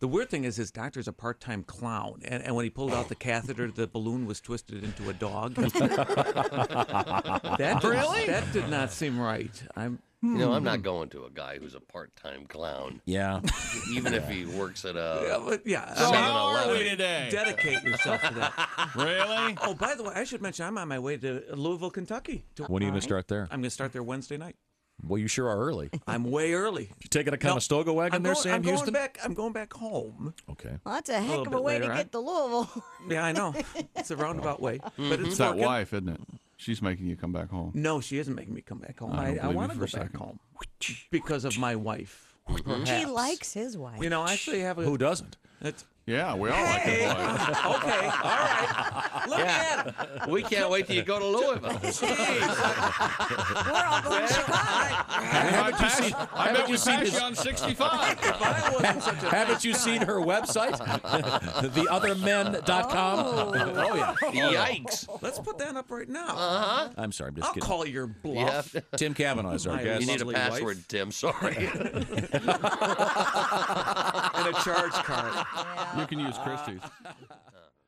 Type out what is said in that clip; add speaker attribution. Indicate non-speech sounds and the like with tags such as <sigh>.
Speaker 1: The weird thing is his doctor's a part-time clown, and, and when he pulled out the catheter, the balloon was twisted into a dog. <laughs> that did,
Speaker 2: Really?
Speaker 1: That did not seem right. I'm
Speaker 3: You know, I'm not
Speaker 1: Hmm.
Speaker 3: going to a guy who's a part-time clown,
Speaker 2: <laughs> Yeah.
Speaker 3: even if he works at
Speaker 1: yeah,
Speaker 3: a.
Speaker 1: but yeah.
Speaker 3: So
Speaker 1: I mean,
Speaker 3: how are we
Speaker 2: today?
Speaker 1: dedicate yourself to that.
Speaker 2: Really?
Speaker 1: Oh, by the way, I should mention I'm on my way to Louisville, Kentucky. To-
Speaker 2: When are you going to start there?
Speaker 1: I'm going to start there Wednesday night.
Speaker 2: Well, <laughs> you sure are early.
Speaker 1: I'm way early.
Speaker 2: You taking a Conestoga wagon
Speaker 1: I'm
Speaker 2: there,
Speaker 1: going,
Speaker 2: Sam
Speaker 1: I'm
Speaker 2: Houston?
Speaker 1: Going back, I'm going back home.
Speaker 2: Okay.
Speaker 4: Well, that's a heck
Speaker 1: little
Speaker 4: of a
Speaker 1: bit
Speaker 4: way to
Speaker 1: later on.
Speaker 4: get to Louisville. <laughs>
Speaker 1: Yeah, I know. It's a roundabout way, but it's,
Speaker 5: It's that
Speaker 1: working.
Speaker 5: wife, isn't it? She's making you come back home.
Speaker 1: No, she isn't making me come back home. I,
Speaker 5: I
Speaker 1: I,
Speaker 5: don't believe
Speaker 1: want to
Speaker 5: you
Speaker 1: go
Speaker 5: for a
Speaker 1: back
Speaker 5: second.
Speaker 1: home because of my wife.
Speaker 4: he
Speaker 1: Perhaps.
Speaker 4: likes his wife.
Speaker 1: You know, I actually have a.
Speaker 2: Who doesn't?
Speaker 1: It's,
Speaker 5: Yeah, we all
Speaker 1: hey, okay, all
Speaker 5: like his wife.
Speaker 1: right. Look at him.
Speaker 3: We can't wait till you go to
Speaker 1: <laughs>
Speaker 3: Louisville.
Speaker 4: We're all going to Chicago.
Speaker 2: Haven't you seen, haven't you seen his,
Speaker 6: on 65.
Speaker 1: If I wasn't such a
Speaker 5: <laughs>
Speaker 2: haven't you seen
Speaker 1: <laughs>
Speaker 2: her website? <laughs> TheOtherMen.com?
Speaker 4: Oh.
Speaker 2: <laughs> oh, yeah.
Speaker 3: <laughs> Yikes!
Speaker 1: Let's put that up right now.
Speaker 2: I'm sorry. I'm just
Speaker 1: I'll
Speaker 2: kidding.
Speaker 1: call your bluff.
Speaker 2: Tim
Speaker 1: <laughs>
Speaker 2: Kavanaugh is our
Speaker 1: My
Speaker 2: guest.
Speaker 3: You need a
Speaker 1: Lovely
Speaker 3: password,
Speaker 1: wife.
Speaker 3: Tim. Sorry.
Speaker 1: and a charge card.
Speaker 5: You can use Christie's.